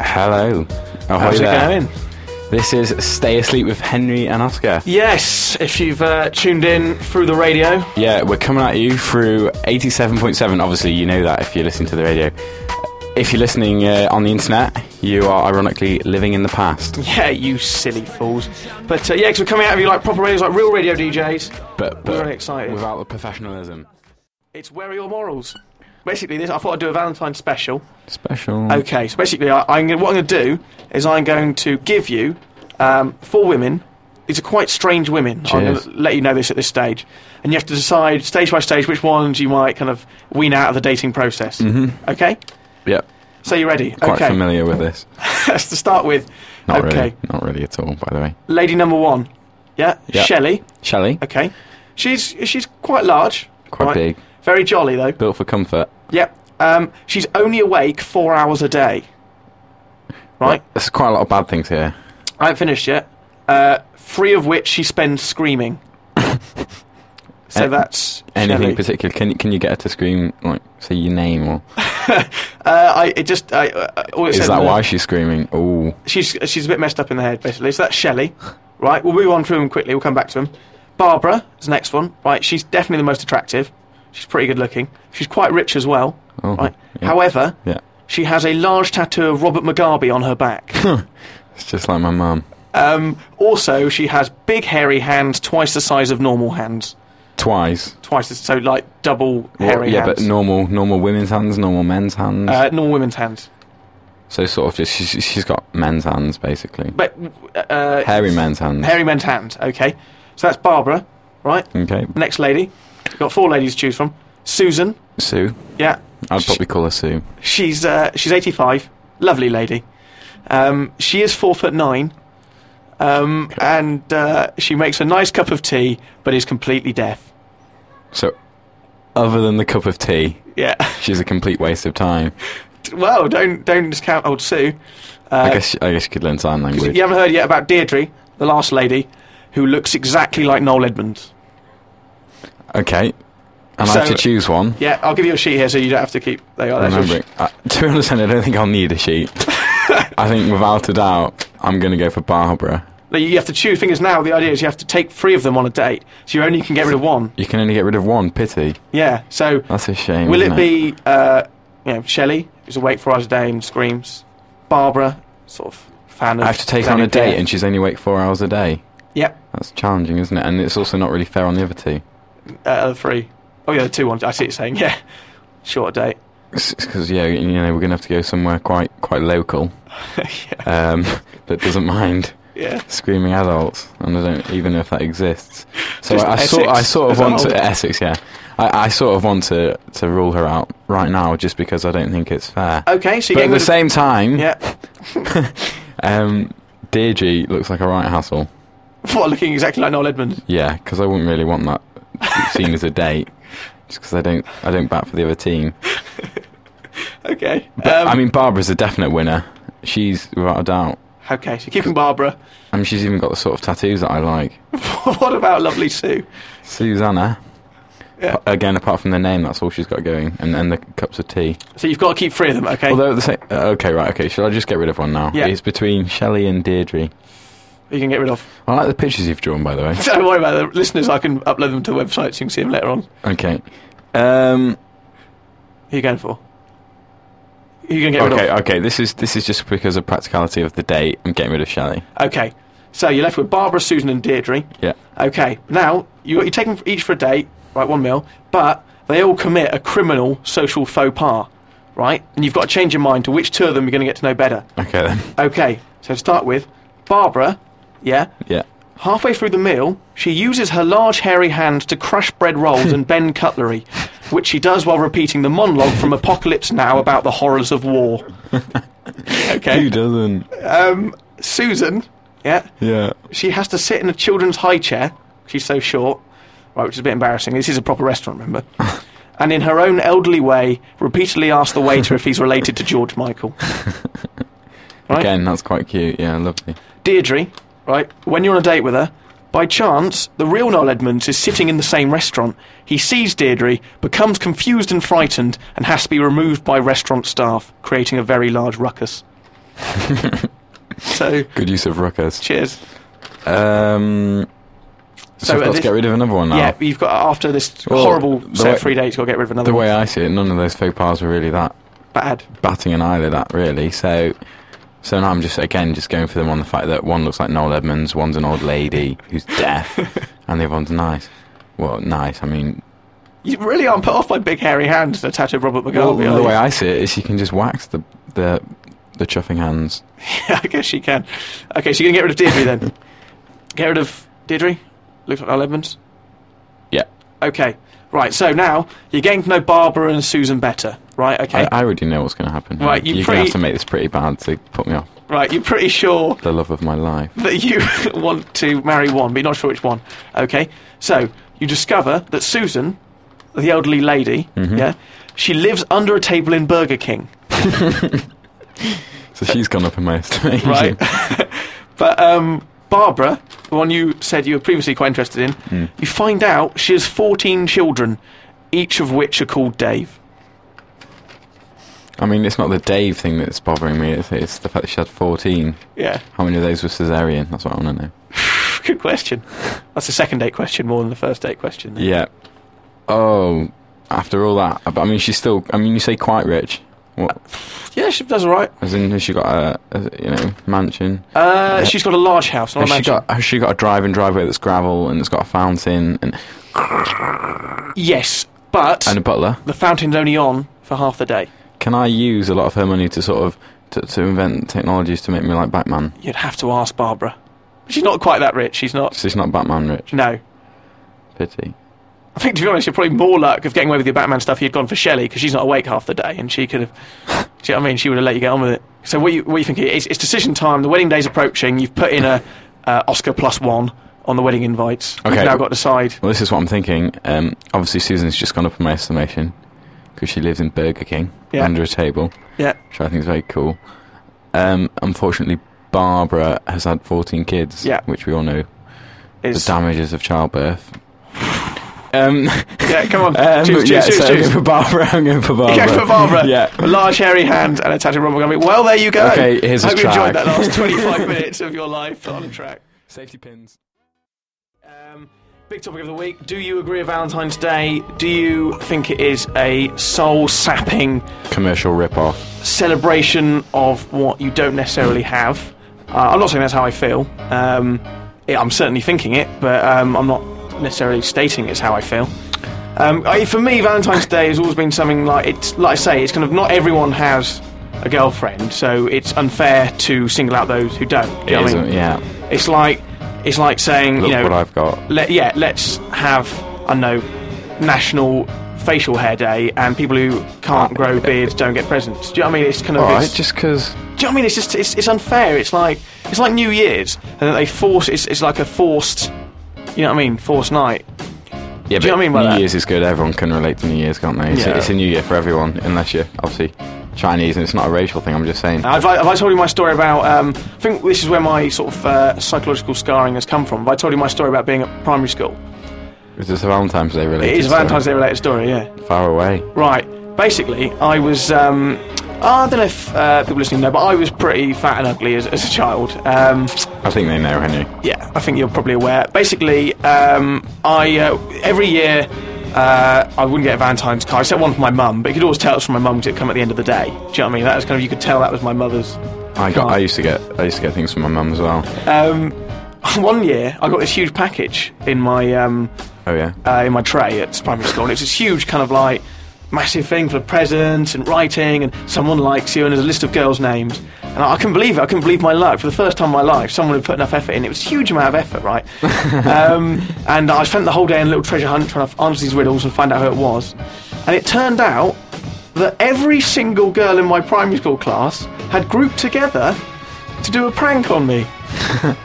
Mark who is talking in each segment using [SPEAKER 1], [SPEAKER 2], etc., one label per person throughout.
[SPEAKER 1] Hello. Oh, hi
[SPEAKER 2] How's it
[SPEAKER 1] there.
[SPEAKER 2] going?
[SPEAKER 1] This is Stay Asleep with Henry and Oscar.
[SPEAKER 2] Yes, if you've uh, tuned in through the radio,
[SPEAKER 1] Yeah, we're coming at you through 87.7. Obviously, you know that if you're listening to the radio. If you're listening uh, on the internet, you are ironically living in the past.
[SPEAKER 2] yeah, you silly fools. But uh, yeah, 'cause we're coming out of you like proper radios, like real radio DJs.
[SPEAKER 1] But, but
[SPEAKER 2] very excited.
[SPEAKER 1] Without the professionalism.
[SPEAKER 2] It's where are your morals? Basically, this I thought I'd do a Valentine's special.
[SPEAKER 1] Special.
[SPEAKER 2] Okay, so basically, I, I'm gonna, what I'm going to do is I'm going to give you um, four women. These are quite strange women. I'm going
[SPEAKER 1] Cheers.
[SPEAKER 2] to let you know this at this stage, and you have to decide stage by stage which ones you might kind of wean out of the dating process. Mm-hmm. Okay,
[SPEAKER 1] Yep.
[SPEAKER 2] so you ready?
[SPEAKER 1] Quite
[SPEAKER 2] okay,
[SPEAKER 1] familiar with this.
[SPEAKER 2] that's to start with.
[SPEAKER 1] Not
[SPEAKER 2] okay,
[SPEAKER 1] really. Not really at all, by the way.
[SPEAKER 2] lady number one. Yeah,
[SPEAKER 1] Yeah.
[SPEAKER 2] Shelley.
[SPEAKER 1] Shelley,
[SPEAKER 2] Okay, she's she's quite large.
[SPEAKER 1] quite
[SPEAKER 2] right?
[SPEAKER 1] big,
[SPEAKER 2] Very jolly though.
[SPEAKER 1] built for comfort.
[SPEAKER 2] Yep. Um, she's only awake four hours a day. Right?
[SPEAKER 1] There's quite a lot of bad things here.
[SPEAKER 2] I haven't finished yet. Uh, three of which she spends screaming. so
[SPEAKER 1] An-
[SPEAKER 2] that's.
[SPEAKER 1] Anything
[SPEAKER 2] Shelley.
[SPEAKER 1] particular? Can you- can you get her to scream like say your name or
[SPEAKER 2] Uh, I, it just. I, uh, all it
[SPEAKER 1] is
[SPEAKER 2] said
[SPEAKER 1] that
[SPEAKER 2] was-
[SPEAKER 1] why she's screaming? Oh,
[SPEAKER 2] She's, she's a bit messed up in the head, basically. So that's Shelley. Right? We'll move on through them quickly. We'll come back to them. Barbara is the next one. Right? She's definitely the most attractive. She's pretty good looking. She's quite rich as well.
[SPEAKER 1] Oh,
[SPEAKER 2] right?
[SPEAKER 1] yeah.
[SPEAKER 2] However,
[SPEAKER 1] yeah.
[SPEAKER 2] she has a large tattoo of Robert Mugabe on her back.
[SPEAKER 1] It's just like my mum.
[SPEAKER 2] Um, also, she has big hairy hands, twice the size of normal hands.
[SPEAKER 1] Twice.
[SPEAKER 2] Twice as so, like double hairy
[SPEAKER 1] yeah,
[SPEAKER 2] hands.
[SPEAKER 1] but normal, normal women's hands, normal men's hands.
[SPEAKER 2] uh, normal women's hands.
[SPEAKER 1] so sort of just she's, she's got men's hands basically.
[SPEAKER 2] But uh,
[SPEAKER 1] Hairy men's hands.
[SPEAKER 2] hairy men's hands. Okay, so that's Barbara, right?
[SPEAKER 1] Okay,
[SPEAKER 2] Next lady. We've got four ladies to choose from. Susan.
[SPEAKER 1] Sue.
[SPEAKER 2] Yeah,
[SPEAKER 1] I'd probably call her Sue.
[SPEAKER 2] she's uh, she's eighty-five. Lovely lady. Um, she is four foot nine. Um, and uh, she makes a nice cup of tea, but is completely deaf.
[SPEAKER 1] So, other than the cup of tea,
[SPEAKER 2] Yeah.
[SPEAKER 1] she's a complete waste of time.
[SPEAKER 2] well, don't don't discount old Sue.
[SPEAKER 1] I
[SPEAKER 2] Uh,
[SPEAKER 1] guess I guess she could learn sign language.
[SPEAKER 2] You haven't heard yet about Deirdre, the last lady, who looks exactly like Noel Edmonds.
[SPEAKER 1] Okay, and I have
[SPEAKER 2] So-
[SPEAKER 1] to choose one.
[SPEAKER 2] Yeah, I'll give you a sheet here so you don't have to keep. There you are. that's your
[SPEAKER 1] Remembering, uh, to be honest, I don't think I'll need a sheet. I think without a doubt, I'm going to go for Barbara.
[SPEAKER 2] sh- No, you have to choose fingers now. The idea is you have to take three of them on a date, so you only can get rid of one.
[SPEAKER 1] You can only get rid of one. Pity.
[SPEAKER 2] Yeah. So
[SPEAKER 1] That's a shame.
[SPEAKER 2] will
[SPEAKER 1] isn't
[SPEAKER 2] it be, uh, you know, Shelley, who's awake four hours a day and screams, Barbara, sort of fan of.
[SPEAKER 1] I have to take her on a date, and she's only awake four hours a day.
[SPEAKER 2] Yep.
[SPEAKER 1] That's challenging, isn't it? And it's also not really fair on the other two.
[SPEAKER 2] Uh, other three. Oh yeah, the two ones. I see it saying yeah. Short date.
[SPEAKER 1] Because yeah, you know, we're going to have to go somewhere quite quite local um, that doesn't mind
[SPEAKER 2] Yeah.
[SPEAKER 1] screaming adults, and I don't even know if that exists. So
[SPEAKER 2] Just
[SPEAKER 1] I, I sort I
[SPEAKER 2] Essex
[SPEAKER 1] sort of
[SPEAKER 2] as a
[SPEAKER 1] want
[SPEAKER 2] whole.
[SPEAKER 1] to Essex, yeah. I, I sort of want to to rule her out right now, just because I don't think it's fair.
[SPEAKER 2] Okay. So you're
[SPEAKER 1] but at
[SPEAKER 2] getting
[SPEAKER 1] the
[SPEAKER 2] Oh, rid of-
[SPEAKER 1] same time,
[SPEAKER 2] Yeah.
[SPEAKER 1] um, Deirdre looks like a right hassle.
[SPEAKER 2] What looking exactly like Noel Edmonds?
[SPEAKER 1] Yeah, because I wouldn't really want that seen as a date, just because I don't I don't bat for the other team.
[SPEAKER 2] Okay. Um,
[SPEAKER 1] But, I mean, Barbara's a definite winner. She's without a doubt.
[SPEAKER 2] Okay, so keeping Barbara.
[SPEAKER 1] I mean, she's even got the sort of tattoos that I like.
[SPEAKER 2] what about lovely Sue?
[SPEAKER 1] Susanna.
[SPEAKER 2] Yeah.
[SPEAKER 1] Pa- Again, apart from the name, that's all she's got going, and and the cups of tea.
[SPEAKER 2] So you've got to keep three of them, okay?
[SPEAKER 1] Although at the same, uh, okay, right, okay. Should I just get rid of one now?
[SPEAKER 2] Yeah.
[SPEAKER 1] It's between Shelley and Deirdre.
[SPEAKER 2] you can get rid of.
[SPEAKER 1] I like the pictures you've drawn, by the way.
[SPEAKER 2] Don't worry about the listeners. I can upload them to the website so you can see them later on. Who
[SPEAKER 1] Okay. Um,
[SPEAKER 2] are you going for? Who are you going to get
[SPEAKER 1] okay,
[SPEAKER 2] rid of?
[SPEAKER 1] okay. This is this is just because of practicality of the date. I'm getting rid of Shelley.
[SPEAKER 2] Okay. So you're left with Barbara, Susan, and Deirdre.
[SPEAKER 1] Yeah.
[SPEAKER 2] Okay. Now, you, you take them each for a date, right, one meal, but they all commit a criminal social faux pas, right? And you've got to change your mind to which two of them you're going to get to know better.
[SPEAKER 1] Okay then.
[SPEAKER 2] Okay. So start with Barbara, yeah?
[SPEAKER 1] Yeah.
[SPEAKER 2] Halfway through the meal, she uses her large hairy hand to crush bread rolls and bend cutlery, which she does while repeating the monologue from Apocalypse Now about the horrors of war.
[SPEAKER 1] Who
[SPEAKER 2] Okay.
[SPEAKER 1] doesn't?
[SPEAKER 2] Susan, yeah,
[SPEAKER 1] Yeah.
[SPEAKER 2] she has to sit in a children's high chair. She's so short, right, which is a bit embarrassing. This is a proper restaurant, remember? And in her own elderly way, repeatedly asks the waiter if he's related to George Michael. Right?
[SPEAKER 1] Again, that's quite cute. Yeah, lovely.
[SPEAKER 2] Deirdre, right, when you're on a date with her, by chance, the real Noel Edmonds is sitting in the same restaurant. He sees Deirdre, becomes confused and frightened, and has to be removed by restaurant staff, creating a very large ruckus. so,
[SPEAKER 1] Good use of ruckus.
[SPEAKER 2] cheers.
[SPEAKER 1] Um, so,
[SPEAKER 2] So,
[SPEAKER 1] we've
[SPEAKER 2] uh,
[SPEAKER 1] got to
[SPEAKER 2] this-
[SPEAKER 1] get rid of another one now.
[SPEAKER 2] Yeah, you've got after this
[SPEAKER 1] Well,
[SPEAKER 2] horrible
[SPEAKER 1] the
[SPEAKER 2] set
[SPEAKER 1] way-
[SPEAKER 2] of three dates, you've got to get rid of another
[SPEAKER 1] The
[SPEAKER 2] one.
[SPEAKER 1] way I see it, none of those faux pas were really that
[SPEAKER 2] Bad.
[SPEAKER 1] batting an eyelid at, really. So, so now I'm just again just going for them on the fact that one looks like Noel Edmonds, one's an old lady who's deaf, and the other one's nice. Well, nice. I mean,
[SPEAKER 2] You really aren't put off by big hairy hands that are tattooed Robert
[SPEAKER 1] well,
[SPEAKER 2] Mugabe. are
[SPEAKER 1] the
[SPEAKER 2] you?
[SPEAKER 1] way I see it is, you can just wax the the the chuffing hands.
[SPEAKER 2] Yeah, I guess she can. Okay, so you're going to get rid of Deirdre then. get rid of Deirdre. Looks like Al Edmonds.
[SPEAKER 1] Yeah,
[SPEAKER 2] Okay, right, so now you're getting to know Barbara and Susan better, right? Okay,
[SPEAKER 1] I, I already know what's going to happen. here.
[SPEAKER 2] Right, you
[SPEAKER 1] you're going to
[SPEAKER 2] pretty-
[SPEAKER 1] have to make this pretty bad to put me off
[SPEAKER 2] right, you're pretty sure
[SPEAKER 1] the love of my life.
[SPEAKER 2] that you want to marry one, but you're not sure which one. Okay, so you discover that Susan, the elderly lady,
[SPEAKER 1] Mm-hmm.
[SPEAKER 2] yeah, she lives under a table in Burger King,
[SPEAKER 1] So she's gone up in my estimation.
[SPEAKER 2] right? but um, Barbara, the one you said you were previously quite interested in,
[SPEAKER 1] Hmm.
[SPEAKER 2] you find out she has 14 children, each of which are called Dave.
[SPEAKER 1] I mean, it's not the Dave thing that's bothering me. It's, it's the fact that she had 14.
[SPEAKER 2] Yeah,
[SPEAKER 1] How many of those were cesarean? That's what I want to know.
[SPEAKER 2] good question. That's a second date question more than the first date question. then.
[SPEAKER 1] Yeah. Oh, after all that, but I mean, she's still. I mean, you say quite rich. What?
[SPEAKER 2] Yeah, she does all right.
[SPEAKER 1] As in, has she got a, a you know mansion?
[SPEAKER 2] Uh, she's got a large house, not
[SPEAKER 1] Has
[SPEAKER 2] a
[SPEAKER 1] she
[SPEAKER 2] mansion.
[SPEAKER 1] got? Has she got a drive-in driveway that's gravel and it's got a fountain and
[SPEAKER 2] yes, but
[SPEAKER 1] and a butler?
[SPEAKER 2] the fountain's only on for half the day.
[SPEAKER 1] Can I use a lot of her money to sort of to, to invent technologies to make me like Batman?
[SPEAKER 2] You'd have to ask Barbara. She's not quite that rich. She's not.
[SPEAKER 1] She's not Batman rich.
[SPEAKER 2] No.
[SPEAKER 1] Pity.
[SPEAKER 2] I think, to be honest, you're probably more luck of getting away with your Batman stuff. You'd gone for Shelley because she's not awake half the day, and she could have. do you know what I mean? She would have let you get on with it. So what you what you think? It's, it's decision time. The wedding day's approaching. You've put in a uh, Oscar plus one on the wedding invites. You've
[SPEAKER 1] Okay.
[SPEAKER 2] now got to decide.
[SPEAKER 1] Well, this is what I'm thinking. Um, obviously, Susan's just gone up in my estimation because she lives in Burger King
[SPEAKER 2] Yeah.
[SPEAKER 1] under a table.
[SPEAKER 2] Yeah.
[SPEAKER 1] which I think is very cool. Um, unfortunately, Barbara has had 14 kids,
[SPEAKER 2] Yeah.
[SPEAKER 1] which we all know the
[SPEAKER 2] It's,
[SPEAKER 1] damages of childbirth. Um,
[SPEAKER 2] yeah. Come on.
[SPEAKER 1] um,
[SPEAKER 2] choose. Choose.
[SPEAKER 1] yeah,
[SPEAKER 2] choose.
[SPEAKER 1] so I'm
[SPEAKER 2] choose.
[SPEAKER 1] going for Barbara. I'm going for Barbara.
[SPEAKER 2] Go for Barbara.
[SPEAKER 1] Yeah.
[SPEAKER 2] A large hairy hand and a tattoo rubber gummy. Well, there you go.
[SPEAKER 1] Okay, here's
[SPEAKER 2] Hope
[SPEAKER 1] his
[SPEAKER 2] you enjoyed
[SPEAKER 1] track.
[SPEAKER 2] that last 25 minutes of your life on track.
[SPEAKER 1] Safety pins.
[SPEAKER 2] Um, big topic of the week. Do you agree with Valentine's Day? Do you think it is a soul sapping
[SPEAKER 1] Commercial rip-off.
[SPEAKER 2] celebration of what you don't necessarily have? Uh, I'm not saying that's how I feel. Um, yeah, I'm certainly thinking it, but um, I'm not necessarily stating it's how I feel. Um, I, for me, Valentine's Day has always been something like it's like I say, it's kind of not everyone has a girlfriend, so it's unfair to single out those who don't. Do you know what I mean?
[SPEAKER 1] yeah.
[SPEAKER 2] It's like it's like saying
[SPEAKER 1] Look
[SPEAKER 2] you know
[SPEAKER 1] what I've got.
[SPEAKER 2] let, yeah, let's have I know national facial hair day, and people who can't grow beards don't get presents. Do you know what I mean? It's kind of
[SPEAKER 1] All right,
[SPEAKER 2] it's,
[SPEAKER 1] just because...
[SPEAKER 2] do you know what I mean? It's just it's, it's unfair. It's like it's like New Year's, and they force it's it's like a forced. You know what I mean? Forced night.
[SPEAKER 1] Yeah,
[SPEAKER 2] Do you know what I mean by
[SPEAKER 1] New
[SPEAKER 2] that?
[SPEAKER 1] Year's is good. Everyone can relate to New Year's, can't they? It's,
[SPEAKER 2] Yeah.
[SPEAKER 1] it's a New Year for everyone, unless you're, obviously, Chinese, and it's not a racial thing. I'm just saying.
[SPEAKER 2] Now, Have I, have I told you my story about? Um, I think this is where my sort of uh, psychological scarring has come from. Have I told you my story about being at primary school?
[SPEAKER 1] Is this a Valentine's Day related
[SPEAKER 2] It is a
[SPEAKER 1] story?
[SPEAKER 2] Valentine's Day related story. Yeah.
[SPEAKER 1] uh, Far away.
[SPEAKER 2] Right. Basically, I was. Um, I don't know if uh, people listening know, but I was pretty fat and ugly as, as a child. Um,
[SPEAKER 1] I think they know, Henry.
[SPEAKER 2] yeah, I think you're probably aware. Basically, um, I uh, every year uh, I wouldn't get a Valentine's card. I sent one for my mum, but you could always tell it was from my mum because it'd come at the end of the day. Do you know what I mean? That was kind of you could tell that was my mother's.
[SPEAKER 1] I got. I used to get. I used to get things from my mum as well.
[SPEAKER 2] Um, one year, I got this huge package in my um,
[SPEAKER 1] Oh yeah.
[SPEAKER 2] uh, in my tray at primary school, and it's this huge kind of like massive thing for presents and writing, and someone likes you, and there's a list of girls' names. And I, I couldn't believe it. I couldn't believe my luck. For the first time in my life, someone had put enough effort in. It was a huge amount of effort, right? um, and I spent the whole day in a little treasure hunt trying to answer these riddles and find out who it was. And it turned out that every single girl in my primary school class had grouped together to do a prank on me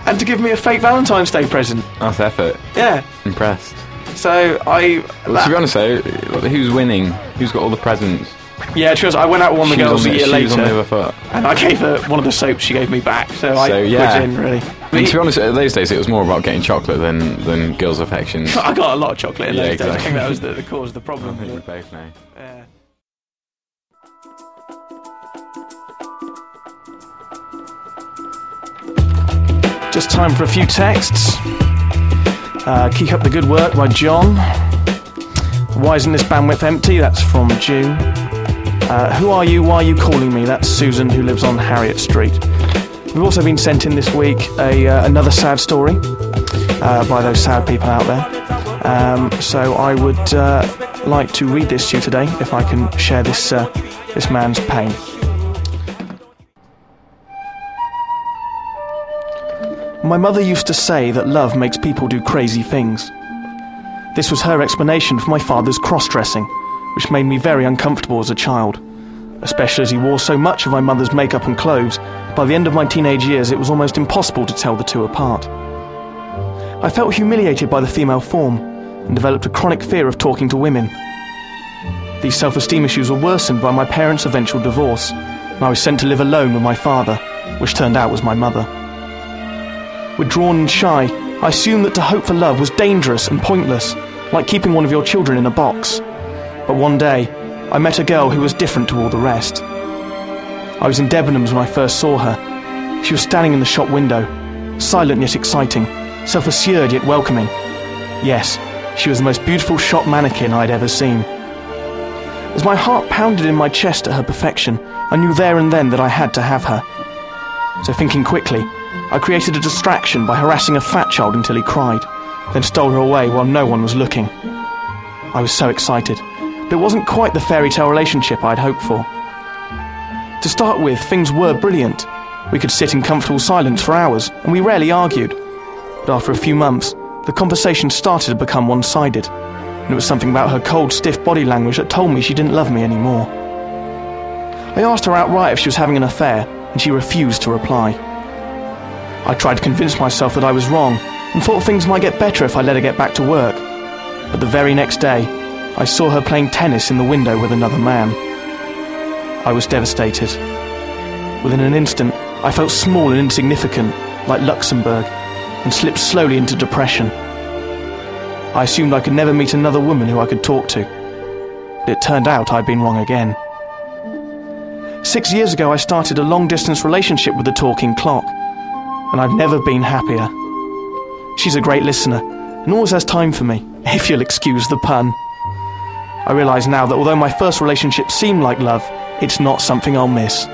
[SPEAKER 2] and to give me a fake Valentine's Day present.
[SPEAKER 1] That's effort.
[SPEAKER 2] Yeah.
[SPEAKER 1] Impressed.
[SPEAKER 2] So I.
[SPEAKER 1] to be honest though, who's winning? Who's got all the presents?
[SPEAKER 2] Yeah, she was, I went out with one of the
[SPEAKER 1] She was
[SPEAKER 2] girls
[SPEAKER 1] on
[SPEAKER 2] a
[SPEAKER 1] the-
[SPEAKER 2] year
[SPEAKER 1] she was on the
[SPEAKER 2] later,
[SPEAKER 1] other foot.
[SPEAKER 2] and I gave her one of the soaps she gave me back. So, I
[SPEAKER 1] So,
[SPEAKER 2] quit
[SPEAKER 1] yeah.
[SPEAKER 2] in really.
[SPEAKER 1] I mean, to be honest, uh, those days it was more about getting chocolate than than girls' affections.
[SPEAKER 2] I got a lot of chocolate in
[SPEAKER 1] Yeah,
[SPEAKER 2] those days. I
[SPEAKER 1] exactly.
[SPEAKER 2] think that was the, the cause of the problem.
[SPEAKER 1] I think we both know.
[SPEAKER 2] Yeah. time for a few texts. Uh, Keep Up the Good Work by John. Why isn't this bandwidth empty? That's from June. Uh, who are you? Why are you calling me? That's Susan, who lives on Harriet Street. We've also been sent in this week a, uh, another sad story uh, by those sad people out there. Um, so I would uh, like to read this to you today, if I can share this uh, this man's pain. My mother used to say that love makes people do crazy things. This was her explanation for my father's cross dressing, which made me very uncomfortable as a child, especially as he wore so much of my mother's makeup and clothes, by the end of my teenage years it was almost impossible to tell the two apart. I felt humiliated by the female form and developed a chronic fear of talking to women. These self esteem issues were worsened by my parents' eventual divorce, and I was sent to live alone with my father, which turned out was my mother. Withdrawn and shy, I assumed that to hope for love was dangerous and pointless, like keeping one of your children in a box. But one day, I met a girl who was different to all the rest. I was in Debenhams when I first saw her. She was standing in the shop window, silent yet exciting, self assured yet welcoming. Yes, she was the most beautiful shop mannequin I'd ever seen. As my heart pounded in my chest at her perfection, I knew there and then that I had to have her. So, thinking quickly, I created a distraction by harassing a fat child until he cried, then stole her away while no one was looking. I was so excited, but it wasn't quite the fairy tale relationship I'd hoped for. To start with, things were brilliant. We could sit in comfortable silence for hours, and we rarely argued. But after a few months, the conversation started to become one sided, and it was something about her cold, stiff body language that told me she didn't love me anymore. I asked her outright if she was having an affair, and she refused to reply. I tried to convince myself that I was wrong, and thought things might get better if I let her get back to work. But the very next day, I saw her playing tennis in the window with another man. I was devastated. Within an instant, I felt small and insignificant, like Luxembourg, and slipped slowly into depression. I assumed I could never meet another woman who I could talk to. But it turned out I'd been wrong again. Six years ago, I started a long distance relationship with the talking clock, and I've never been happier. She's a great listener and always has time for me, if you'll excuse the pun. I realise now that although my first relationship seemed like love, it's not something I'll miss.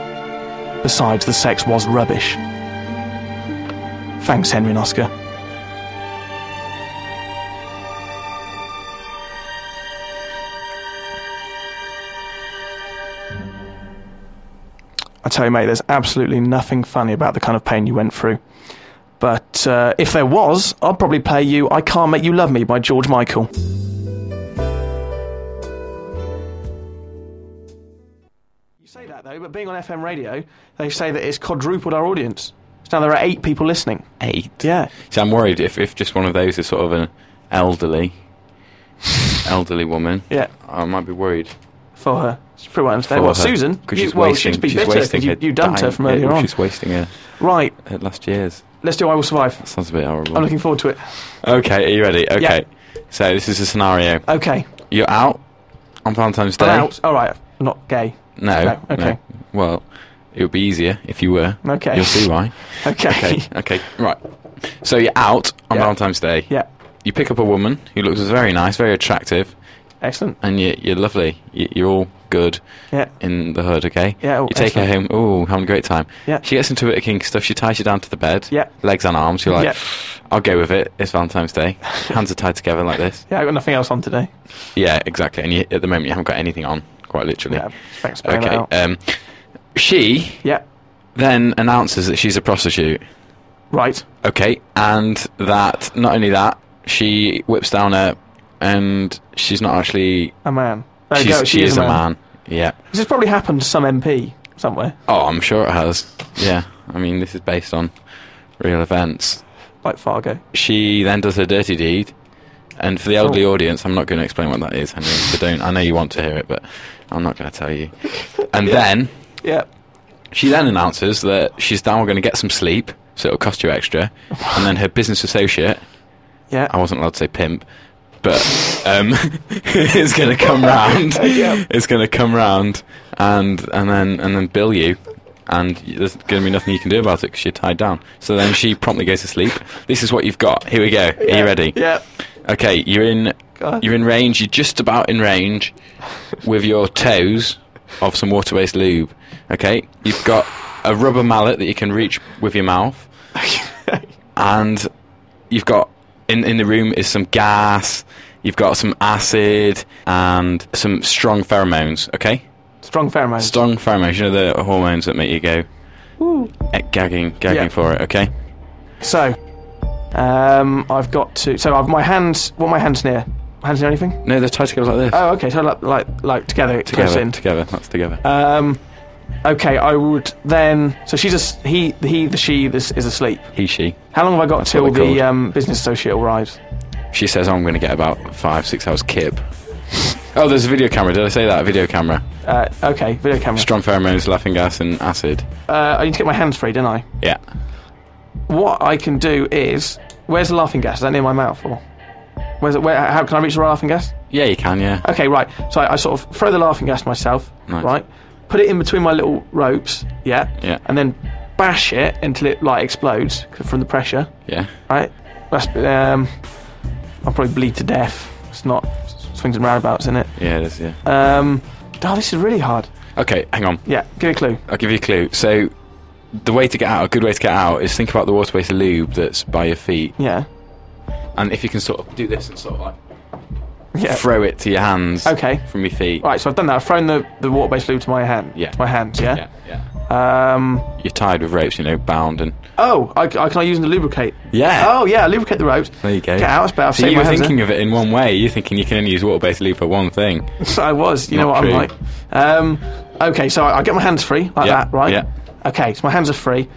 [SPEAKER 2] Besides, the sex was rubbish. Thanks, Henry and Oscar. I tell you, mate, there's absolutely nothing funny about the kind of pain you went through. But uh, if there was, I'd probably play you I Can't Make You Love Me by George Michael. You say that, though, but being on FM radio, they say that it's quadrupled our audience. So now there are eight people listening.
[SPEAKER 1] Eight.
[SPEAKER 2] Yeah.
[SPEAKER 1] See, I'm worried if, if just one of those is sort of an elderly, elderly woman.
[SPEAKER 2] Yeah,
[SPEAKER 1] I might be worried.
[SPEAKER 2] for her. It's pretty Uh, well
[SPEAKER 1] for
[SPEAKER 2] understandable. Well,
[SPEAKER 1] her,
[SPEAKER 2] Susan,
[SPEAKER 1] 'cause
[SPEAKER 2] you-
[SPEAKER 1] she's
[SPEAKER 2] well,
[SPEAKER 1] wasting,
[SPEAKER 2] she'd be
[SPEAKER 1] she's
[SPEAKER 2] bitter 'cause
[SPEAKER 1] wasting
[SPEAKER 2] you,
[SPEAKER 1] her
[SPEAKER 2] you dumped her
[SPEAKER 1] dying-
[SPEAKER 2] from earlier
[SPEAKER 1] yeah,
[SPEAKER 2] on.
[SPEAKER 1] She's wasting her,
[SPEAKER 2] Right,
[SPEAKER 1] her last year's.
[SPEAKER 2] let's do I Will Survive.
[SPEAKER 1] That sounds a bit horrible.
[SPEAKER 2] I'm looking forward to it.
[SPEAKER 1] Okay, are you ready? Okay. So this is a scenario.
[SPEAKER 2] Okay,
[SPEAKER 1] You're out on Valentine's Day.
[SPEAKER 2] I'm out. All right, I'm not gay.
[SPEAKER 1] No.
[SPEAKER 2] No, okay.
[SPEAKER 1] Well, it would be easier if you were.
[SPEAKER 2] Okay.
[SPEAKER 1] You'll see why.
[SPEAKER 2] Okay.
[SPEAKER 1] Okay. okay. Right. So you're out on
[SPEAKER 2] Yeah.
[SPEAKER 1] Valentine's Day.
[SPEAKER 2] Yeah,
[SPEAKER 1] You pick up a woman who looks very nice, very attractive,
[SPEAKER 2] excellent.
[SPEAKER 1] and you, you're lovely. You, you're all good
[SPEAKER 2] Yeah,
[SPEAKER 1] in the hood, okay?
[SPEAKER 2] Yeah, oh,
[SPEAKER 1] you take her home. Oh, having a great time.
[SPEAKER 2] Yeah.
[SPEAKER 1] She gets into a bit of kink stuff. She ties you down to the bed.
[SPEAKER 2] Yeah.
[SPEAKER 1] Legs and arms. You're like,
[SPEAKER 2] Yeah.
[SPEAKER 1] I'll go with it. It's Valentine's Day. Hands are tied together like this.
[SPEAKER 2] yeah, I've got nothing else on today.
[SPEAKER 1] Yeah, exactly. And you, at the moment, you haven't got anything on, quite literally.
[SPEAKER 2] Yeah, thanks for okay.
[SPEAKER 1] okay.
[SPEAKER 2] out.
[SPEAKER 1] Um, she
[SPEAKER 2] yeah,
[SPEAKER 1] then announces that she's a prostitute.
[SPEAKER 2] right.
[SPEAKER 1] Okay, and that not only that, she whips down her, and she's not actually.
[SPEAKER 2] A man. There you
[SPEAKER 1] She's,
[SPEAKER 2] go,
[SPEAKER 1] she, is a man. Yeah.
[SPEAKER 2] This has probably happened to some MP somewhere,
[SPEAKER 1] Oh, I'm sure it has. Yeah. I mean, this is based on real events.
[SPEAKER 2] like Fargo.
[SPEAKER 1] She then does her dirty deed, and for the elderly audience, I'm not going to explain what that is, Henry. So don't. I know you want to hear it, but I'm not going to tell you. And then
[SPEAKER 2] Yeah,
[SPEAKER 1] She then announces that she's now going to get some sleep, so it'll cost you extra. And then her business associate,
[SPEAKER 2] yeah.
[SPEAKER 1] I wasn't allowed to say pimp, but um, is going to come round.
[SPEAKER 2] Yeah.
[SPEAKER 1] Is going to come round and and then and then bill you and y- there's going to be nothing you can do about it because you're tied down. So then she promptly goes to sleep. This is what you've got. Here we go. Are you ready?
[SPEAKER 2] Yeah.
[SPEAKER 1] Okay, you're in.
[SPEAKER 2] Go on.
[SPEAKER 1] You're in range. You're just about in range with your toes of some water-based lube. Okay, you've got a rubber mallet that you can reach with your mouth, and you've got in in the room is some gas. You've got some acid and some strong pheromones. Okay,
[SPEAKER 2] Strong pheromones.
[SPEAKER 1] strong pheromones. You know the hormones that make you go
[SPEAKER 2] Ooh.
[SPEAKER 1] eh, gagging, gagging
[SPEAKER 2] Yeah.
[SPEAKER 1] for it. Okay,
[SPEAKER 2] So, um, I've got to. So I've my hands. What are my hands near? My hands near anything?
[SPEAKER 1] no, they're tied together like this.
[SPEAKER 2] Oh, okay. So like like like together. It goes
[SPEAKER 1] together,
[SPEAKER 2] in.
[SPEAKER 1] together. That's together.
[SPEAKER 2] Um, okay. I would then. So she's a s- he he the she this is asleep.
[SPEAKER 1] he, she.
[SPEAKER 2] How long have I got till
[SPEAKER 1] what they're
[SPEAKER 2] the
[SPEAKER 1] called.
[SPEAKER 2] um, business associate arrives?
[SPEAKER 1] She says, "Oh, I'm going to get about five, six hours kip. oh, there's a video camera. Did I say that? A video camera.
[SPEAKER 2] Uh, okay. Video camera.
[SPEAKER 1] Strong pheromones, laughing gas, and acid.
[SPEAKER 2] Uh, I need to get my hands free, don't I?
[SPEAKER 1] Yeah.
[SPEAKER 2] What I can do is. Where's the laughing gas? Is that near my mouth or? Where's it? Where? How can I reach the laughing gas?
[SPEAKER 1] Yeah, you can, yeah.
[SPEAKER 2] Okay, right. So I, I sort of throw the laughing gas myself,
[SPEAKER 1] Nice.
[SPEAKER 2] right? Put it in between my little ropes, yeah,
[SPEAKER 1] Yeah.
[SPEAKER 2] and then bash it until it like explodes c- from the pressure,
[SPEAKER 1] Yeah.
[SPEAKER 2] right? That's um, I'll probably bleed to death. It's not s- swings and roundabouts, in it?
[SPEAKER 1] Yeah, it is, yeah.
[SPEAKER 2] Um, oh, this is really hard.
[SPEAKER 1] Okay, hang on.
[SPEAKER 2] Yeah, give me a clue.
[SPEAKER 1] I'll give you a clue. So, the way to get out, a good way to get out, is think about the water based lube that's by your feet.
[SPEAKER 2] Yeah,
[SPEAKER 1] And if you can sort of do this and sort of like
[SPEAKER 2] yeah.
[SPEAKER 1] throw it to your hands
[SPEAKER 2] Okay.
[SPEAKER 1] from your feet.
[SPEAKER 2] Right, so I've done that. I've thrown the, the water based lube to my hand.
[SPEAKER 1] Yeah.
[SPEAKER 2] to my hands. Yeah.
[SPEAKER 1] Yeah, yeah.
[SPEAKER 2] Um.
[SPEAKER 1] You're tied with ropes, you know, bound and.
[SPEAKER 2] Oh, I, I can I use them to lubricate?
[SPEAKER 1] Yeah.
[SPEAKER 2] Oh yeah, lubricate the ropes.
[SPEAKER 1] There you go.
[SPEAKER 2] Get out. It's better. I've
[SPEAKER 1] So
[SPEAKER 2] saved
[SPEAKER 1] you
[SPEAKER 2] my
[SPEAKER 1] were
[SPEAKER 2] hands there.
[SPEAKER 1] thinking of it in one way. You're thinking you can only use water-based lube for one thing.
[SPEAKER 2] I was. You know what
[SPEAKER 1] Not
[SPEAKER 2] I'm like.
[SPEAKER 1] true.
[SPEAKER 2] Um, okay, so I, I get my hands free like
[SPEAKER 1] Yeah,
[SPEAKER 2] that, right?
[SPEAKER 1] yeah.
[SPEAKER 2] Okay, so my hands are free.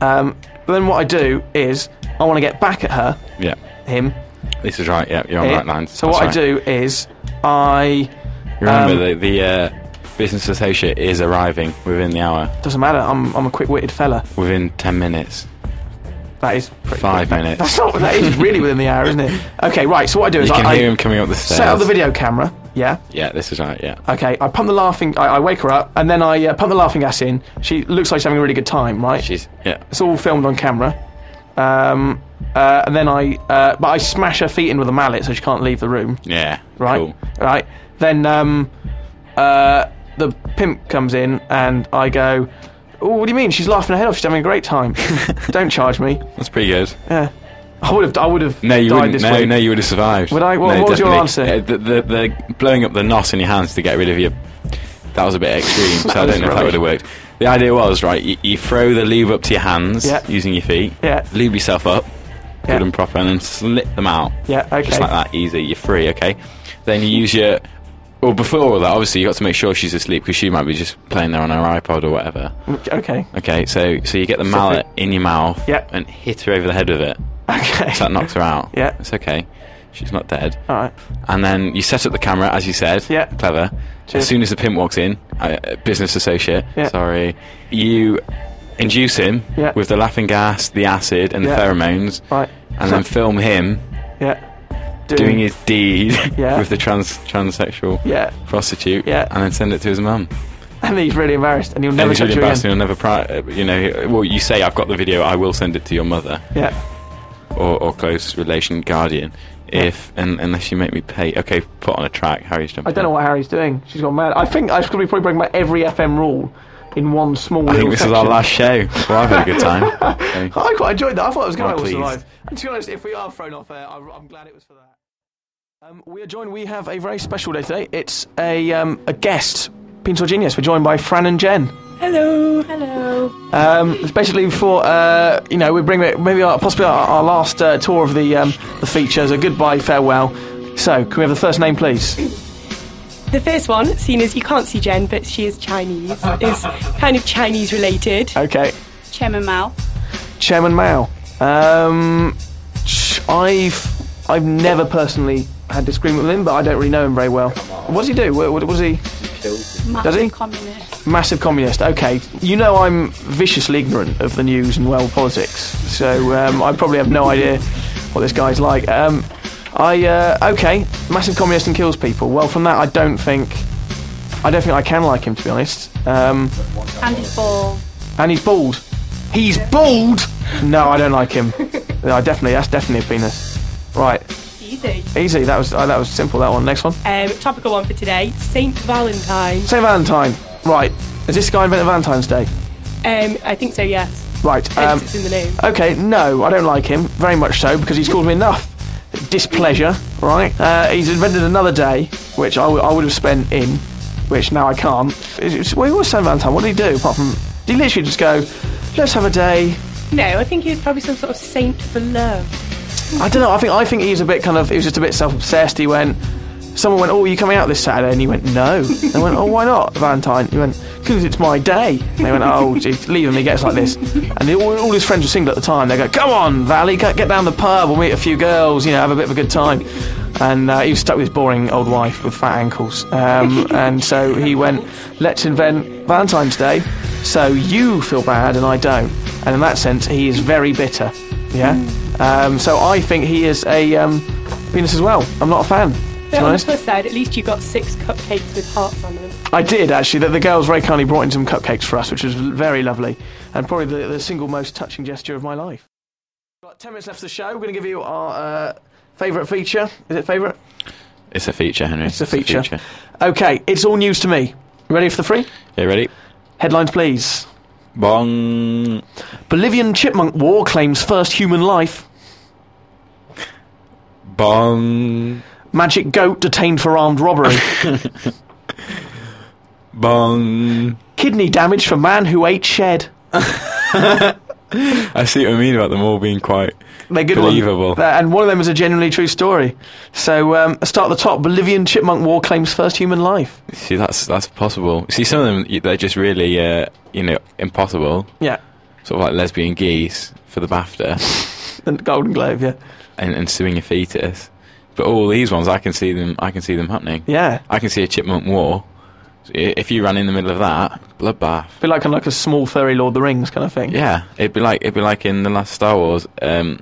[SPEAKER 2] Um, but then what I do is I want to get back at her,
[SPEAKER 1] Yeah.
[SPEAKER 2] him.
[SPEAKER 1] This is right. Yeah, you're on
[SPEAKER 2] it.
[SPEAKER 1] the right lines.
[SPEAKER 2] So
[SPEAKER 1] That's
[SPEAKER 2] what I
[SPEAKER 1] right.
[SPEAKER 2] do is I
[SPEAKER 1] Remember,
[SPEAKER 2] um,
[SPEAKER 1] the, the uh, business associate is arriving within the hour,
[SPEAKER 2] doesn't matter. I'm I'm a quick-witted fella.
[SPEAKER 1] within ten minutes,
[SPEAKER 2] That is pretty
[SPEAKER 1] five
[SPEAKER 2] quick.
[SPEAKER 1] minutes.
[SPEAKER 2] That's not. That is really within the hour, isn't it? Okay, right. So what I do is
[SPEAKER 1] You
[SPEAKER 2] I,
[SPEAKER 1] can
[SPEAKER 2] I
[SPEAKER 1] hear him coming up the stairs.
[SPEAKER 2] set up the video camera. Yeah.
[SPEAKER 1] Yeah, this is right. Yeah.
[SPEAKER 2] Okay. I pump the laughing. I, I wake her up, and then I uh, pump the laughing gas in. She looks like she's having a really good time, right?
[SPEAKER 1] She's yeah.
[SPEAKER 2] It's all filmed on camera. Um, uh, and then I, uh, but I smash her feet in with a mallet so she can't leave the room.
[SPEAKER 1] Yeah.
[SPEAKER 2] Right,
[SPEAKER 1] Cool.
[SPEAKER 2] right. Then um, uh, the pimp comes in and I go, "Oh, what do you mean? She's laughing her head off. She's having a great time. Don't charge me."
[SPEAKER 1] That's pretty good.
[SPEAKER 2] Yeah. I would have. I would have.
[SPEAKER 1] No, you
[SPEAKER 2] died
[SPEAKER 1] wouldn't.
[SPEAKER 2] This
[SPEAKER 1] No,
[SPEAKER 2] week.
[SPEAKER 1] no, you would have survived.
[SPEAKER 2] Would I? What-
[SPEAKER 1] no,
[SPEAKER 2] what was your
[SPEAKER 1] definitely.
[SPEAKER 2] answer?
[SPEAKER 1] Uh, the, the, the blowing up the knot in your hands to get rid of your. That was a bit extreme, so I
[SPEAKER 2] was
[SPEAKER 1] don't know if that would have
[SPEAKER 2] rubbish.
[SPEAKER 1] worked. The idea was right. You, you throw the lube up to your hands
[SPEAKER 2] Yeah.
[SPEAKER 1] using your feet.
[SPEAKER 2] Yeah.
[SPEAKER 1] Lube yourself up,
[SPEAKER 2] Yeah.
[SPEAKER 1] good and proper, and then slip them out.
[SPEAKER 2] Yeah. Okay.
[SPEAKER 1] just like that, easy. You're free, okay? Then you use your. Well, before all that, obviously, you got to make sure she's asleep because she might be just playing there on her iPod or whatever.
[SPEAKER 2] Okay.
[SPEAKER 1] Okay, so so you get the mallet in your mouth
[SPEAKER 2] Yeah.
[SPEAKER 1] and hit her over the head with it.
[SPEAKER 2] Okay.
[SPEAKER 1] So that knocks her out.
[SPEAKER 2] Yeah.
[SPEAKER 1] It's okay. She's not dead.
[SPEAKER 2] All right.
[SPEAKER 1] And then you set up the camera, as you said.
[SPEAKER 2] Yeah.
[SPEAKER 1] Clever.
[SPEAKER 2] Cheers.
[SPEAKER 1] As soon as the pimp walks in, uh, uh, business associate,
[SPEAKER 2] Yeah.
[SPEAKER 1] sorry, you induce him
[SPEAKER 2] Yeah.
[SPEAKER 1] with the laughing gas, the acid, and
[SPEAKER 2] Yeah.
[SPEAKER 1] the pheromones,
[SPEAKER 2] Right.
[SPEAKER 1] and then film him
[SPEAKER 2] Yeah.
[SPEAKER 1] doing his deed
[SPEAKER 2] Yeah.
[SPEAKER 1] with the trans transsexual
[SPEAKER 2] Yeah.
[SPEAKER 1] prostitute,
[SPEAKER 2] Yeah.
[SPEAKER 1] and then send it to his mum.
[SPEAKER 2] And he's really embarrassed, and he'll
[SPEAKER 1] And
[SPEAKER 2] never
[SPEAKER 1] he's
[SPEAKER 2] touch
[SPEAKER 1] really
[SPEAKER 2] you
[SPEAKER 1] embarrassed. and
[SPEAKER 2] again.
[SPEAKER 1] He'll never, pri- uh, you know. he- Well, you say I've got the video. I will send it to your mother
[SPEAKER 2] Yeah.
[SPEAKER 1] or, or close relation guardian, if un unless you make me pay. Okay, put on a track. Harry's jumping.
[SPEAKER 2] I don't know what Harry's doing. She's gone mad. I think I should be probably breaking my every FM rule in one small.
[SPEAKER 1] I think this is our last show. Well, I've had a good time. Okay.
[SPEAKER 2] I quite enjoyed that. I thought it was going
[SPEAKER 1] Oh,
[SPEAKER 2] to
[SPEAKER 1] please.
[SPEAKER 2] survive. And to be honest, if we are thrown off air, I'm I'm glad it was for that. Um, we are joined. We have a very special day today. It's a um, a guest, Pintor Genius. We're joined by Fran and Jen.
[SPEAKER 3] Hello. Hello.
[SPEAKER 2] Um, it's basically for uh, you know we bring it- maybe our, possibly our, our last uh, tour of the um, the feature. So goodbye, farewell. So can we have the first name, please?
[SPEAKER 3] The first one, seen as you can't see Jen, but she is Chinese, is kind of Chinese related.
[SPEAKER 2] Okay.
[SPEAKER 4] Chairman Mao.
[SPEAKER 2] Chairman Mao. Um, sh- I've I've never personally had disagreement with him, but I don't really know him very well. What does he do? What, what, what does he?
[SPEAKER 4] Massive
[SPEAKER 2] he?
[SPEAKER 4] Communist.
[SPEAKER 2] Massive communist. Okay, you know I'm viciously ignorant of the news and world politics, so um, I probably have no idea what this guy's like. Um, I uh, okay, massive communist and kills people. Well, from that, I don't think I don't think I can like him to be honest. Um,
[SPEAKER 4] And he's bald.
[SPEAKER 2] And he's bald. He's bald. No, I don't like him. No, definitely. That's definitely a penis. Right.
[SPEAKER 3] Easy.
[SPEAKER 2] Easy. That was uh, that was simple. That one. Next one.
[SPEAKER 3] Um, topical one for today St. Valentine.
[SPEAKER 2] Saint Valentine. Right. Has this guy invented Valentine's Day?
[SPEAKER 3] Um, I think so, yes.
[SPEAKER 2] Right.
[SPEAKER 3] Hence
[SPEAKER 2] Um,
[SPEAKER 3] it's in the name.
[SPEAKER 2] okay. No, I don't like him very much so because he's caused me enough displeasure. Right. Uh, he's invented another day which I would- I would have spent in, which now I can't. It's, it's, well, he was Saint Valentine. What did he do apart from? Did he literally just go? Let's have a day.
[SPEAKER 3] No, I think he was probably some sort of saint for love.
[SPEAKER 2] I don't know. I think I think he was a bit kind of. He was just a bit self-obsessed. He went. Someone went, "Oh, are you coming out this Saturday?" And he went, "No." They went, "Oh, why not, Valentine?" He went, "Because it's my day." And they went, "Oh, geez, leaving me gets like this." And he- all, all his friends were single at the time. They go, "Come on, Valley, get, get down the pub. We'll meet a few girls. You know, have a bit of a good time." And uh, he was stuck with his boring old wife with fat ankles. Um, and so he went, "Let's invent Valentine's Day." So you feel bad and I don't. And in that sense, he is very bitter. Yeah. Um, so I think he is a um, penis as well. I'm not a fan. To be
[SPEAKER 3] But on the
[SPEAKER 2] honest,
[SPEAKER 3] plus side, at least you got six cupcakes with hearts on them.
[SPEAKER 2] I did actually. That the girls very kindly brought in some cupcakes for us, which was very lovely, and probably the, the single most touching gesture of my life. Got ten minutes left of the show. We're going to give you our uh, favourite feature. Is it favourite?
[SPEAKER 1] It's a feature, Henry. It's
[SPEAKER 2] a feature. Okay, it's all news to me. You ready for the free
[SPEAKER 1] Yeah, ready?
[SPEAKER 2] headlines, please?
[SPEAKER 1] Bong.
[SPEAKER 2] Bolivian chipmunk war claims first human life.
[SPEAKER 1] Bong.
[SPEAKER 2] Magic goat detained for armed robbery.
[SPEAKER 1] Bong.
[SPEAKER 2] Kidney damage for man who ate shed.
[SPEAKER 1] I see what I mean about them all being quite.
[SPEAKER 2] They're good
[SPEAKER 1] Believable.
[SPEAKER 2] One. They're- And one of them is a genuinely true story. So um, let's start at the top. Bolivian chipmunk war claims first human life.
[SPEAKER 1] See, that's that's possible. See, some of them y- they're just really, uh, you know, impossible.
[SPEAKER 2] Yeah.
[SPEAKER 1] Sort of like lesbian geese for the BAFTA
[SPEAKER 2] The Golden Globe, yeah.
[SPEAKER 1] and, and suing a fetus. But all these ones, I can see them. I can see them happening.
[SPEAKER 2] Yeah.
[SPEAKER 1] I can see a chipmunk war. So i- If you ran in the middle of that bloodbath,
[SPEAKER 2] Be like kind of like a small furry Lord of the Rings kind of thing.
[SPEAKER 1] yeah, it'd be like it'd be like in the last Star Wars, um,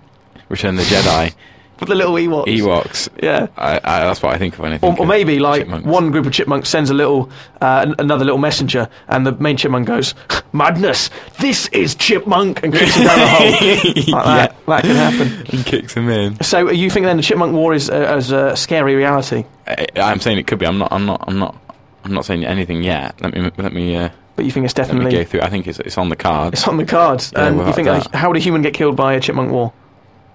[SPEAKER 1] Return of the Jedi,
[SPEAKER 2] With the little Ewoks.
[SPEAKER 1] Ewoks.
[SPEAKER 2] Yeah.
[SPEAKER 1] I, I, that's what I think of when I
[SPEAKER 2] Or,
[SPEAKER 1] think
[SPEAKER 2] or
[SPEAKER 1] of
[SPEAKER 2] maybe like
[SPEAKER 1] chipmunks.
[SPEAKER 2] one group of chipmunks sends a little, uh, an- another little messenger, and the main chipmunk goes, "Madness! This is chipmunk!" and kicks him down the hole. Like that. That can happen.
[SPEAKER 1] and kicks them in.
[SPEAKER 2] So uh, you think then the chipmunk war is uh, as a scary reality?
[SPEAKER 1] I, I'm saying it could be. I'm not. I'm not. I'm not. I'm not saying anything yet. Let me. Let me. Uh,
[SPEAKER 2] But you think it's
[SPEAKER 1] let me
[SPEAKER 2] definitely
[SPEAKER 1] go through. I think it's it's on the cards.
[SPEAKER 2] It's on the cards.
[SPEAKER 1] Yeah,
[SPEAKER 2] and
[SPEAKER 1] without
[SPEAKER 2] you think,
[SPEAKER 1] a
[SPEAKER 2] like,
[SPEAKER 1] doubt.
[SPEAKER 2] how would a human get killed by a chipmunk war?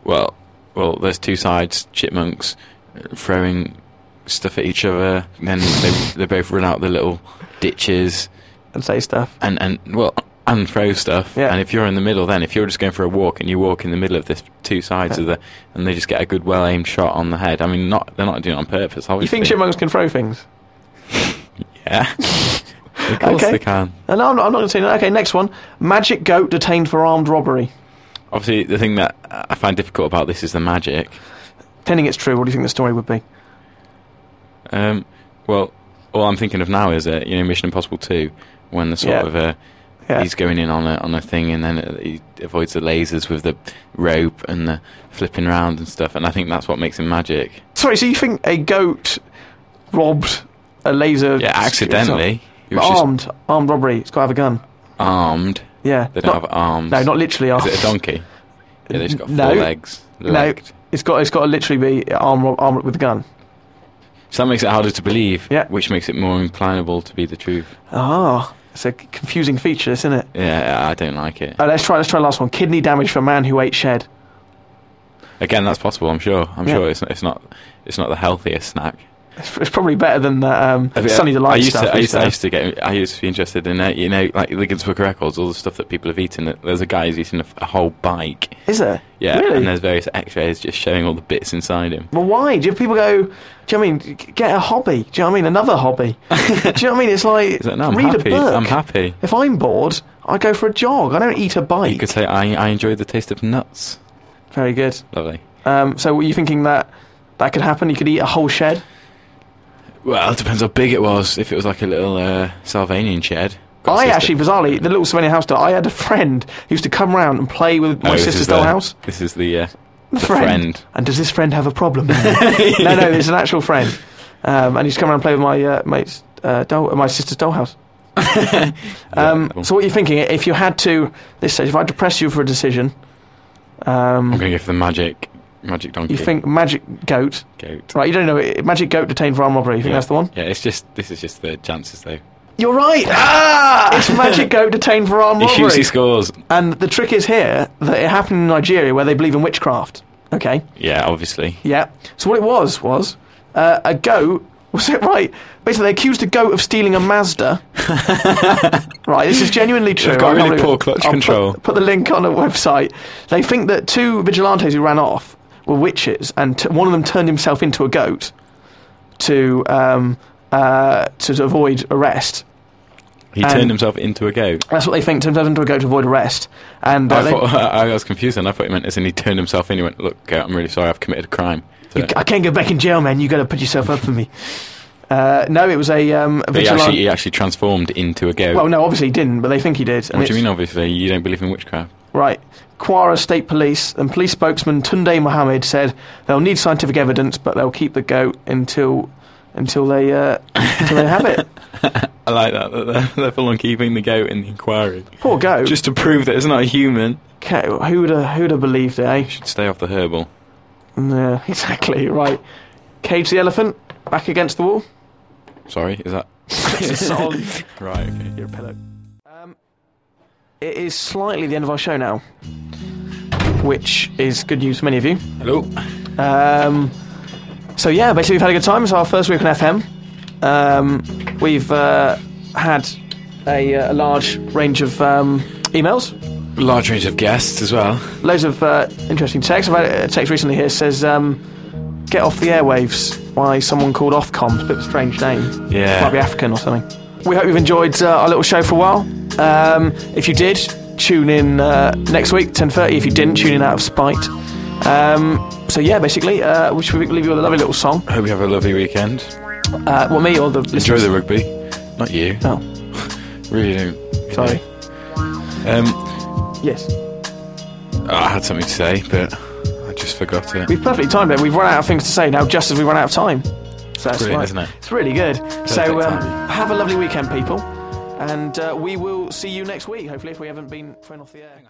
[SPEAKER 1] Well, well. There's two sides. Chipmunks uh, throwing stuff at each other. Then they they both run out the little ditches
[SPEAKER 2] And say stuff.
[SPEAKER 1] and and well and throw stuff.
[SPEAKER 2] Yeah.
[SPEAKER 1] And if you're in the middle, then if you're just going for a walk and you walk in the middle of this two sides of the and they just get a good well aimed shot on the head. I mean, not they're not doing it on purpose.
[SPEAKER 2] You
[SPEAKER 1] Obviously.
[SPEAKER 2] think chipmunks can throw things?
[SPEAKER 1] Yeah. of course
[SPEAKER 2] Okay.
[SPEAKER 1] they can.
[SPEAKER 2] No, no, I'm not, I'm not going to say that. Okay, next one. Magic goat detained for armed robbery.
[SPEAKER 1] Obviously, the thing that I find difficult about this is the magic.
[SPEAKER 2] Pretending it's true, what do you think the story would be?
[SPEAKER 1] Um, well, all I'm thinking of now is uh, you know Mission Impossible Two, when the sort
[SPEAKER 2] Yeah.
[SPEAKER 1] of uh,
[SPEAKER 2] Yeah.
[SPEAKER 1] he's going in on a on a thing and then uh, he avoids the lasers with the rope and the flipping round and stuff. And I think that's what makes him magic.
[SPEAKER 2] Sorry, so you think a goat robbed a laser...
[SPEAKER 1] Yeah, accidentally. He
[SPEAKER 2] But
[SPEAKER 1] was just
[SPEAKER 2] Armed. Armed robbery. It's got to have a gun.
[SPEAKER 1] armed.
[SPEAKER 2] Yeah.
[SPEAKER 1] They don't
[SPEAKER 2] Not-
[SPEAKER 1] have arms.
[SPEAKER 2] No, not literally armed.
[SPEAKER 1] Is it a donkey? Yeah, they've just got four
[SPEAKER 2] No.
[SPEAKER 1] legs.
[SPEAKER 2] no,
[SPEAKER 1] Legged.
[SPEAKER 2] it's got, it's got to literally be armed, rob- armed with a gun.
[SPEAKER 1] So that makes it harder to believe,
[SPEAKER 2] Yeah.
[SPEAKER 1] which makes it more inclinable to be the truth.
[SPEAKER 2] Ah, it's a c- confusing feature, isn't it?
[SPEAKER 1] Yeah, I don't like it.
[SPEAKER 2] Uh, let's try. Let's try last one. Kidney damage for man who ate shed.
[SPEAKER 1] Again, that's possible. I'm sure. I'm
[SPEAKER 2] Yeah.
[SPEAKER 1] sure it's not, it's not it's not the healthiest snack.
[SPEAKER 2] It's, it's probably better than that um,
[SPEAKER 1] I mean,
[SPEAKER 2] Sunny Delight
[SPEAKER 1] uh, I used
[SPEAKER 2] stuff.
[SPEAKER 1] To, I,
[SPEAKER 2] we
[SPEAKER 1] used to, I
[SPEAKER 2] have.
[SPEAKER 1] used to get. I used to be interested in uh, you know like the Guinness Records, all the stuff that people have eaten. There's a guy who's eaten a, f- a whole bike.
[SPEAKER 2] Is there?
[SPEAKER 1] Yeah,
[SPEAKER 2] Really?
[SPEAKER 1] and there's various X-rays just showing all the bits inside him.
[SPEAKER 2] well, why do people go? Do you know what I mean G- get a hobby? Do you know what I mean another hobby? do you know what I mean? It's like
[SPEAKER 1] He's like, no, I'm
[SPEAKER 2] read
[SPEAKER 1] happy.
[SPEAKER 2] a book.
[SPEAKER 1] I'm happy.
[SPEAKER 2] If I'm bored, I go for a jog. I don't eat a
[SPEAKER 1] You
[SPEAKER 2] bike.
[SPEAKER 1] could say I I enjoy the taste of nuts.
[SPEAKER 2] Very good.
[SPEAKER 1] Lovely.
[SPEAKER 2] Um, so, were you thinking that that could happen? You could eat a whole shed.
[SPEAKER 1] Well, it depends how big it was. If it was like a little uh, Salvanian shed. Got a
[SPEAKER 2] I
[SPEAKER 1] sister-
[SPEAKER 2] actually, bizarrely, the little Slovenian house doll. I had a friend who used to come round and play with
[SPEAKER 1] Oh,
[SPEAKER 2] my
[SPEAKER 1] this
[SPEAKER 2] sister's
[SPEAKER 1] is the-
[SPEAKER 2] dollhouse.
[SPEAKER 1] This is the uh, the friend.
[SPEAKER 2] And does this friend have a problem? no, no, there's an actual friend. Um, and he's come around and play with my uh, mate's uh, doll, my uh, sister's dollhouse. Um, so what you're thinking? If you had to, this stage, if I had to press you for a decision,
[SPEAKER 1] I'm
[SPEAKER 2] um,
[SPEAKER 1] going to go for the magic, magic donkey.
[SPEAKER 2] you think magic goat,
[SPEAKER 1] goat?
[SPEAKER 2] right? You don't know it. magic goat detained for armed robbery. You think
[SPEAKER 1] Yeah.
[SPEAKER 2] that's the one?
[SPEAKER 1] Yeah, it's just this is just the chances though.
[SPEAKER 2] You're right. Ah, it's magic goat detained for armed
[SPEAKER 1] He
[SPEAKER 2] robbery.
[SPEAKER 1] shoots, he scores.
[SPEAKER 2] And the trick is here that it happened in Nigeria where they believe in witchcraft. Okay,
[SPEAKER 1] Yeah, obviously.
[SPEAKER 2] yeah. So what it was was uh, a goat. Was it right? Basically, they accused a goat of stealing a Mazda. right, this is genuinely
[SPEAKER 1] got
[SPEAKER 2] true. I can't
[SPEAKER 1] really
[SPEAKER 2] believe
[SPEAKER 1] poor
[SPEAKER 2] it.
[SPEAKER 1] clutch
[SPEAKER 2] I'll put-
[SPEAKER 1] control.
[SPEAKER 2] Put, the link on a website. They think that two vigilantes who ran off were witches, and t- one of them turned himself into a goat to um, uh, to avoid arrest.
[SPEAKER 1] He
[SPEAKER 2] And-
[SPEAKER 1] turned himself into a goat.
[SPEAKER 2] That's what they think. Turned himself into a goat to avoid arrest, and uh,
[SPEAKER 1] I,
[SPEAKER 2] they-
[SPEAKER 1] thought, I was confused, and I thought he meant as in he turned himself in. He went, "Look, uh, I'm really sorry, I've committed a crime." So-
[SPEAKER 2] I can't go back in jail, man. You got to put yourself up for me. Uh, no, it was a um,
[SPEAKER 1] but he
[SPEAKER 2] vigilante.
[SPEAKER 1] actually, he actually transformed into a goat.
[SPEAKER 2] well, no, obviously he didn't, but they think he did. and
[SPEAKER 1] what do you
[SPEAKER 2] it's-
[SPEAKER 1] mean? Obviously, you don't believe in witchcraft.
[SPEAKER 2] Right. Kwara State Police and police spokesman Tunde Mohammed said they'll need scientific evidence, but they'll keep the goat until until they uh, until they have it.
[SPEAKER 1] I like that. that They're, they're full on keeping the goat in the inquiry,
[SPEAKER 2] Poor goat.
[SPEAKER 1] just to prove that it's not a human.
[SPEAKER 2] okay, who would have who would have believed it? Eh?
[SPEAKER 1] Should stay off the herbal.
[SPEAKER 2] Yeah, exactly. Right. Cage the elephant back against the wall.
[SPEAKER 1] Sorry, is that
[SPEAKER 2] It's a solid-
[SPEAKER 1] right? Okay.
[SPEAKER 2] Your pillow. Um, it is slightly the end of our show now, which is good news for many of you.
[SPEAKER 1] Hello.
[SPEAKER 2] Um, so yeah, basically we've had a good time. It's our first week on FM. Um, we've uh, had a, uh, a large range of um, emails,
[SPEAKER 1] Large range of guests as well.
[SPEAKER 2] loads of uh, interesting texts. I've had a text recently here says, um, "Get off the airwaves." By someone called Ofcom. It's a bit of a strange name. Might be
[SPEAKER 1] Yeah.
[SPEAKER 2] African or something. We hope you've enjoyed uh, our little show for a while. Um, if you did, tune in uh, next week, 10.30. If you didn't, tune in out of spite. Um, so yeah, basically, uh, we should leave you with a lovely little song.
[SPEAKER 1] Hope you have a lovely weekend.
[SPEAKER 2] Uh, well, me or the
[SPEAKER 1] Enjoy
[SPEAKER 2] listeners?
[SPEAKER 1] the rugby. Not you.
[SPEAKER 2] Oh,
[SPEAKER 1] Really don't.
[SPEAKER 2] sorry.
[SPEAKER 1] Um,
[SPEAKER 2] Yes.
[SPEAKER 1] I had something to say, but I just forgot it.
[SPEAKER 2] We've perfectly timed it. We've run out of things to say now, just as we run out of time. So that's
[SPEAKER 1] Brilliant,
[SPEAKER 2] right.
[SPEAKER 1] isn't it?
[SPEAKER 2] It's really good. so
[SPEAKER 1] Perfect
[SPEAKER 2] um,
[SPEAKER 1] timing.
[SPEAKER 2] have a uh, lovely weekend, people. And uh, we will see you next week, hopefully, if we haven't been thrown off the air.